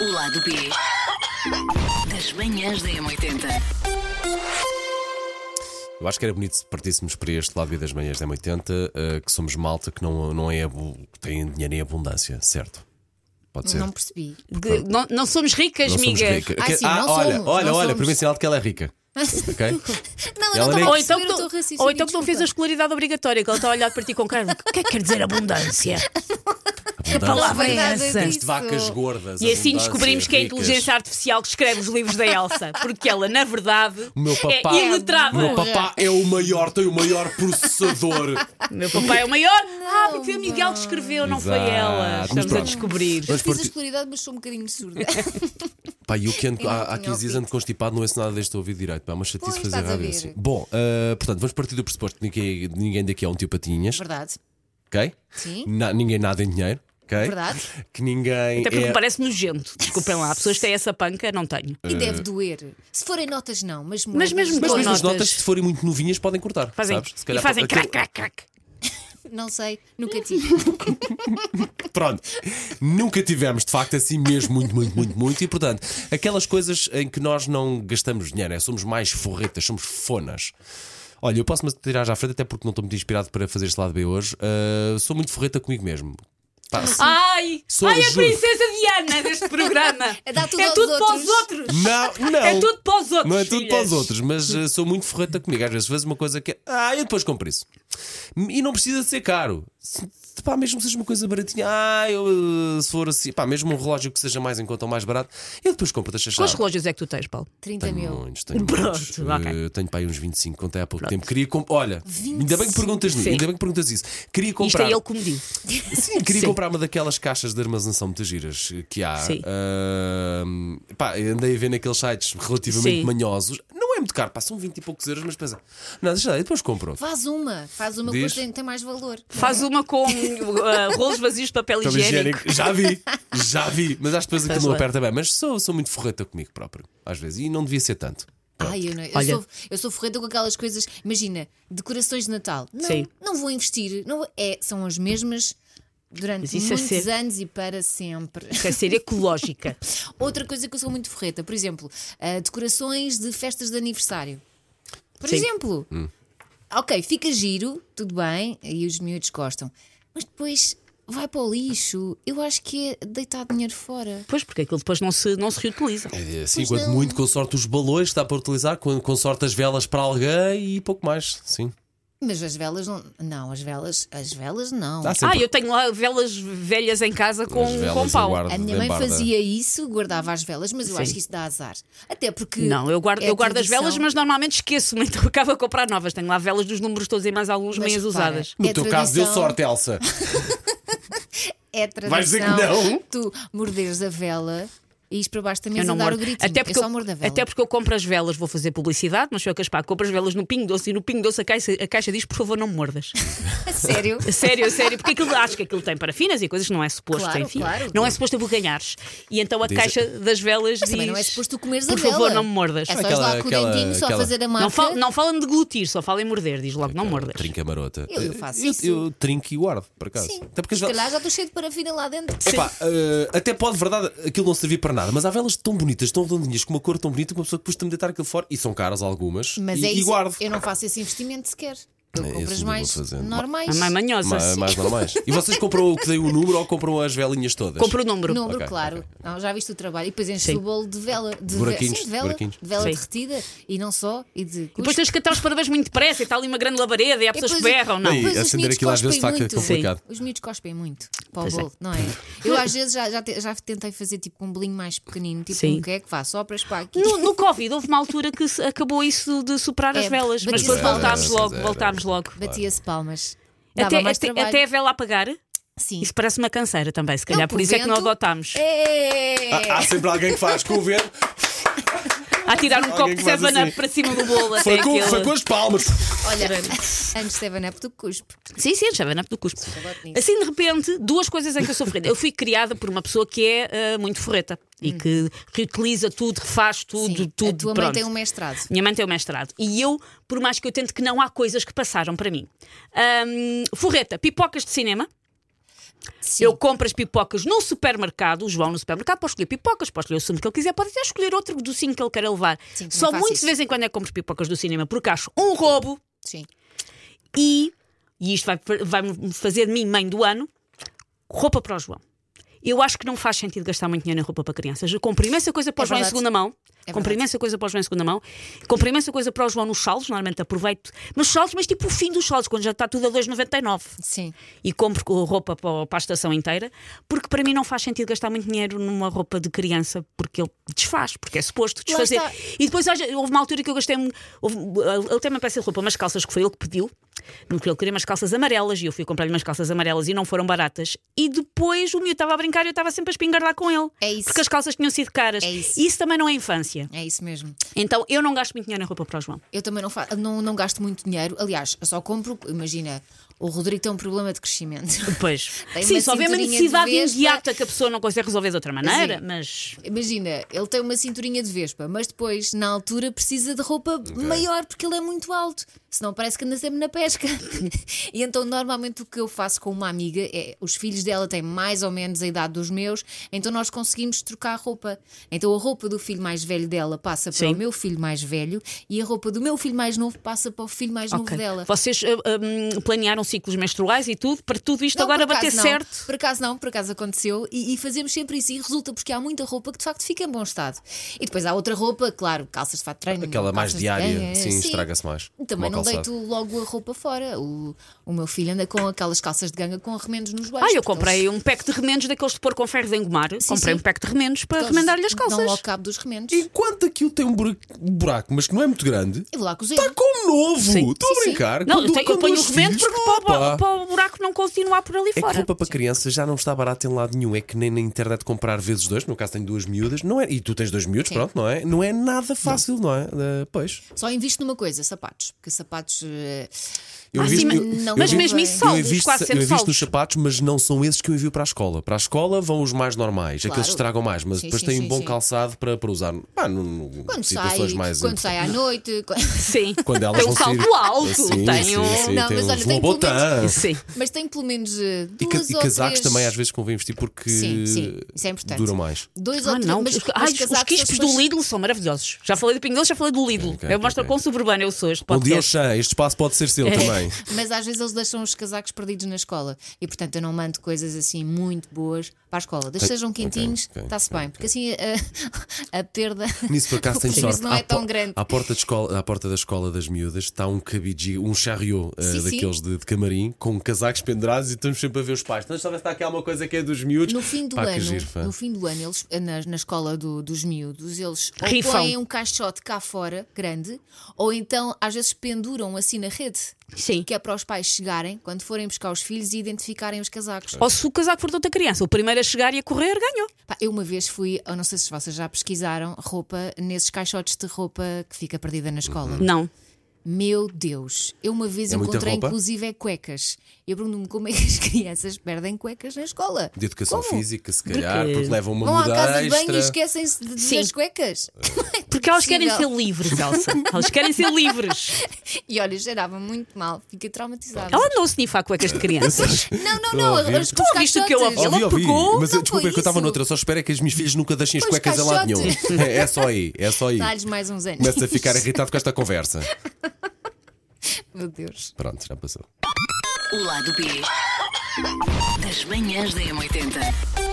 O lado B das manhãs da M80. Eu acho que era bonito se partíssemos para este lado B das manhãs da M80, eh, que somos malta que não, não é, abu- que tem dinheiro em abundância, certo? Pode ser. Não percebi. De- não, não somos ricas, Não somos migas. ricas. Ah, Que- sim, olha, não somos, olha, não olha, somos. primeiro sinal de que ela é rica. Ok? Não, Ela eu não nem- é estava a perceber Ou então, que o teu tu- raciocínio. ou então que não fez a desculpa. escolaridade obrigatória, que ele está a olhar para ti com carne. O que é que quer dizer abundância? assim Abundância. palavra é Verdade, essa? é Isto de vacas isso. gordas. E assim abundância, descobrimos que é a ricas. inteligência artificial que escreve os livros da Elsa. Porque ela, na verdade, O meu papá, é iletrada. o meu papá é o maior, tem o maior processador. O meu papai é o maior. ah, porque foi o Miguel que escreveu, não foi Exato. ela. Mas Estamos a pronto. descobrir. Mas Fiz a parti- escolaridade, mas sou um bocadinho surda. É Pá, eu que ando, Eu não há, há tinha 15 dias ouvido. ando constipado, não ouço nada deste ouvido direito. Pá, é uma chatice Pois, fazer estás a rádio ver. assim. Bom, ah, portanto, vamos partir do pressuposto que ninguém, ninguém daqui é um tio Patinhas, Verdade. ok? Sim. Na- ninguém nada em dinheiro, ok? Verdade. Que ninguém. Até porque é... me parece nojento. Desculpem lá, pessoas que têm essa panca, não tenho. E Eh, deve doer. Se forem notas, não, mas moedas- Mas mesmo Mas com mesmo as notas. notas, se forem muito novinhas, podem cortar. Fazem. sabes? Se E calhar fazem aquele- crac, crac, crac. Hum. Não sei, nunca tive. Pronto, nunca tivemos de facto assim mesmo muito, muito, muito, muito. E portanto, aquelas coisas em que nós não gastamos dinheiro, é, somos mais forretas, somos fonas. Olha, eu posso-me tirar já à frente, até porque não estou muito inspirado para fazer este lado B hoje. Ah, sou muito forreta comigo mesmo. Tá, Pá, Ah, Ai, Sou ai, a justo. princesa Diana deste programa. É dar tudo é aos tudo para outros. os outros. Não, não. É tudo para os outros. Não é tudo filhas. para os outros, mas eh, sou muito forreta comigo. Às vezes fazes uma coisa que é. Ah, eu depois compro isso. E não precisa de ser caro. Se, pá, mesmo que seja uma coisa baratinha. Ah, eu, eh, se for assim. Pá, mesmo um relógio que seja mais em conta ou mais barato. Eu depois compro, deixa Quantos achar. relógios é que tu tens, Paulo? 30 Tenho mil. muitos, tenho Pronto, muitos. ok. Eh, tenho pá aí uns 25, contei é há pouco tempo. Queria comprar. Olha, ainda bem que perguntas nisso, Sim. ainda bem que perguntas isso. Queria comprar. Isto é ele que me disse. Sim, queria Sim. comprar uma daquelas caixas de armazenação muitas giras que há. Sim. Ahm, pá, andei a ver naqueles sites relativamente Sim. manhosos. Não é muito caro, pá, são 20 e poucos euros, mas pensa, não, deixa lá, eu depois compro. outro. Faz uma, faz uma Diz. que tem, tem mais valor. Faz uma com uh, rolos vazios de papel Papel higiênico. higiênico. Já vi, já vi, mas acho que depois aquilo Faz não lá. aperta bem. Mas sou, sou muito forreta comigo próprio, às vezes, e não devia ser tanto. Ai, eu, não, eu, Olha. sou, eu sou forreta com aquelas coisas. Imagina, decorações de Natal. Não, Sim. não vou investir. Não, vou- é, são as mesmas Mas durante isso é muitos ser- anos e para sempre. Quer ser ecológica. Outra coisa que eu sou muito forreta, por exemplo, ah, decorações de festas de aniversário. Por Sim. exemplo, Hum. ok, fica giro, tudo bem, e os miúdos gostam, mas depois vai para o lixo. Eu acho que é deitar dinheiro fora. Pois, porque aquilo depois não se, não se reutiliza. É Assim, quanto muito, com sorte os balões que dá para utilizar, com, com sorte as velas para alguém e pouco mais, sim. Mas as velas não. Não, as velas, as velas não. Há sempre- Ah, eu tenho lá velas velhas em casa com, As velas com eu pau. guardo A minha em mãe barda. fazia isso, guardava as velas, mas eu Sim. acho que isso dá azar. Até porque. Não, eu guardo, é eu guardo as velas, tradição. mas normalmente esqueço-me, então acabo a comprar novas. Tenho lá velas dos números todos e mais alguns Mas meias repara, usadas. No É teu caso deu tradição. sorte, Elsa. É tradição. Vais dizer que não? Tu morderes a vela e ires para baixo também Eu a não dar o mordo. gritinho. Até porque, eu só mordo a vela. até porque eu compro as velas, vou fazer publicidade, mas sou a Caspar, compro as velas no Pingo Doce e no Pingo Doce a caixa, a caixa diz: por favor, não me mordas. A sério? A Sério, a sério, porque aquilo, acho que aquilo tem parafinas e coisas que não é suposto, Claro, enfim. claro. Não é suposto abocanhares. E então a Diz- caixa das velas diz: Também não é suposto tu comeres por a vela. favor, não me mordas. É só Aquela- ir lá com o aquela- dentinho, só aquela- fazer a marca. Não, fala, não fala em deglutir, só fala em morder, diz logo: não mordas. Então, Trinca marota. Eu- eu faço isso. Eu trinco e guardo, por acaso. Sim. Até porque as Se velas. calhar já estou cheio de parafina lá dentro. Epá, eh, até pode, verdade, aquilo não servir para nada, mas há velas tão bonitas, tão redondinhas, com uma cor tão bonita que uma pessoa depois tem de deitar aquilo fora e são caras algumas. Mas e, é e isso. guardo. Eu não faço esse investimento sequer. Eu É, compro esse as ainda vou mais fazendo. A normais. mãe manhosa. assim. Ma- mais normais. E vocês compram o que dei o número ou compram as velinhas todas? Compro o número. Número, Ok, claro. ok, Não, já viste o trabalho. E depois enches Sim. o bolo de vela. De ve- Buraquinhos, sim, de vela, buraquinhos. de vela Sim. derretida. E não só. E de E Depois cuspe. tens de cantar os parabéns muito depressa e está ali uma grande labareda e há E pessoas que depois- berram, não. Sim. depois os acender miúdos aquilo às vezes cospem está que é muito. complicado. Os miúdos cospem muito para Pois o é. bolo, não é? Eu às vezes já, já, te- já tentei fazer tipo um bolinho mais pequenino, tipo Sim. um que é que vá, só para espar aqui. No, no Covid houve uma altura que se- acabou isso de superar É, as velas, mas batia-se depois palmas. voltámos Era, logo, era. voltámos logo. Batia-se palmas. Dava Até, mais até, trabalho. até a vela apagar, Sim. isso parece uma canseira também, se calhar, Não, por com isso é que Ah, não vento. adotámos. É. Há, há sempre alguém que faz com o vento. A tirar um Alguém copo que de faz 7 assim. para cima do bolo. até É Foi com, aquele- foi com as palmas. ah, Olha, antes Seven Up do que cuspe. Sim, sim, já up do cuspe. boto nisso. Assim, de repente, duas coisas em que eu sou forreta. Eu fui criada por uma pessoa que é ah, muito forreta e que reutiliza tudo, refaz tudo, Uhum. Sim, tudo. a tua mãe pronto. tem um mestrado. Minha mãe tem o mestrado. E eu, por mais que eu tente, que não há coisas que passaram para mim. Ahm, forreta, pipocas de cinema. Sim. Eu compro as pipocas no supermercado, o João no supermercado pode escolher pipocas, pode escolher o sumo que ele quiser, pode até escolher outro docinho que ele queira levar. Sim, não Só faço muito isso. de vez em quando é que compro pipocas do cinema, porque acho um roubo Sim. e, e isto vai, vai me fazer de mim mãe do ano, roupa para o João. Eu acho que não faz sentido gastar muito dinheiro em roupa para crianças. Eu compro imensa coisa para o É João em verdade. segunda mão. É compro verdade. imensa coisa para o João em segunda mão. Compro imensa coisa para o João nos saldos, normalmente aproveito. Mas saldos, mas tipo o fim dos saldos, quando já está tudo a 2,99 Sim. e compro co- roupa para o- para a estação inteira, porque para mim não faz sentido gastar muito dinheiro numa roupa de criança, porque ele desfaz, porque é suposto desfazer. está. E depois às vezes, houve uma altura que eu gastei. um- houve- Ele tem uma peça de roupa, umas calças que foi ele que pediu, porque ele queria umas calças amarelas e eu fui comprar-lhe umas calças amarelas e não foram baratas. E depois o miúdo estava a brincar e eu estava sempre a espingardar com ele, É isso. porque as calças tinham sido caras. É isso. E isso também não é infância. É isso mesmo. Então eu não gasto muito dinheiro em roupa para o João. Eu também não, fa- não, não gasto muito dinheiro. Aliás, eu só compro, imagina, o Rodrigo tem um problema de crescimento. Pois. Tem Sim, uma só vê uma cinturinha de necessidade vespa. imediata que a pessoa não consegue resolver de outra maneira, Sim. mas. Imagina, ele tem uma cinturinha de vespa, mas depois, na altura, precisa de roupa maior porque ele é muito alto. Senão parece que anda sempre na pesca. e então, normalmente, o que eu faço com uma amiga é. Os filhos dela têm mais ou menos a idade dos meus, então nós conseguimos trocar a roupa. Então, a roupa do filho mais velho dela passa para Sim. o meu filho mais velho e a roupa do meu filho mais novo passa para o filho mais novo Ok. dela. Vocês ah, ah, planearam ciclos menstruais e tudo para tudo isto Não, agora Então, por acaso bater não. certo? Por acaso não, por acaso aconteceu e, e fazemos sempre isso e resulta porque há muita roupa que de facto fica em bom estado. E depois há outra roupa, claro, calças de fato de treino. Aquela mais calças de é, diária, ganha, sim, estraga-se mais. Como Também Então, não o calçado. deito logo a roupa fora. O, o meu filho anda com aquelas calças de ganga com remendos nos joelhos. Ah, eu porque comprei eles- um pack de remendos daqueles de pôr com ferro de engomar. comprei sim. um pack de remendos para porque eles remendar-lhe as calças. Dão logo cabo dos remendos. Enquanto aquilo tem um bura- um buraco, mas que não é muito grande, Eu vou lá cozer. está como novo. Sim. Estou a Sim, sim. brincar. Não, Com eu, do- tenho, com eu ponho dois os remendos filhos, porque para, pá. o- para o buraco não continuar por ali É que fora. roupa para criança já não está barata em lado nenhum. É que nem na internet comprar vezes dois. No meu caso, tenho duas miúdas. Não é, e tu tens dois miúdos, pronto, não é? Não é nada fácil, não, é? Eh, pois. Só invisto numa coisa, sapatos. Porque sapatos. eh, Eu Ah, sim, invisto- mas- eu- eu mas invisto- mesmo isso eu saldos, invisto- quase sempre Eu invisto saldos. nos sapatos, mas não são esses que eu envio para a escola. Para a escola vão os mais normais, Claro. aqueles que estragam mais, mas Sim, depois sim, têm sim, um bom sim. calçado para, para usar pá, no, no- Quando sai, situações mais quando sai à noite. quando- Sim. Quando elas tem um vão sair- Eh, salto alto. Sim, tem sim, um. sim, Não, tem mas uns olha, tem Louboutin. pelo Sim. Mas tenho pelo menos eh, E, ca- duas e ou casacos três... também às vezes convém vestir porque Sim, sim, isso é importante. duram mais. Dois ou Ah, três, não, mas, os, mas ai, os casacos quispos eles do depois- Lidl são maravilhosos. Já falei do Pinguel, já falei do Lidl. Ok, eu mostro ok. quão suburbana eu sou. Este Bom dia, podcast. Oxã. Este espaço pode ser seu também. Mas às vezes eles deixam os casacos perdidos na escola e portanto eu não mando coisas assim muito boas para a escola. Desde que sejam quentinhos, ok, está-se ok, bem, porque assim a, a perda Nisso por acaso o tem prejuízo sorte. não é À tão po- grande. À porta, de escola, à porta da escola das miúdas está um cabidji, um charriot eh, Sim, sim. daqueles de, de camarim, com casacos pendurados e estamos sempre a ver os pais. Então, só ver se está aqui alguma coisa que é dos miúdos. No fim do Pá, que ano, giro, pá. no fim do ano, eles eh, na, na escola do- dos miúdos, eles ou Rifam. põem um caixote cá fora, grande, ou então às vezes penduram assim na rede, Sim. que é para os pais chegarem, quando forem buscar os filhos e identificarem os casacos. Ou se o casaco for de outra criança, o primeiro a chegar e a correr ganhou. Pá, eu uma vez fui, eu não sei se vocês já pesquisaram roupa nesses caixotes de roupa que fica perdida na escola. Hum. Não. Meu Deus, eu uma vez É muita encontrei roupa? inclusive é cuecas. Eu pergunto-me como é que as crianças perdem cuecas na escola. De educação Como? física, se calhar, Porque- porque levam uma Vão à muda casa de banho extra. e esquecem-se de- de- Sim. das cuecas. É Porque elas querem ser impossível. livres, Elsa. Elas querem ser livres. E olha, cheirava muito mal, fiquei traumatizada. Ela andou a snifar cuecas de crianças. Não, não, Estou não, a ouvir. os- os Tu ouviste o que eu caixotes. ouvi? Ela pegou, Mas não desculpa, foi é que eu estava isso. noutra. Eu Só espero é que as minhas filhas nunca deixem as Pois, cuecas em lado nenhum. caixote. É, é só aí, é só aí. Dá-lhes mais uns anos. Começo a ficar irritado com esta conversa. Meu Deus. Pronto, já passou. O lado B das manhãs da M80.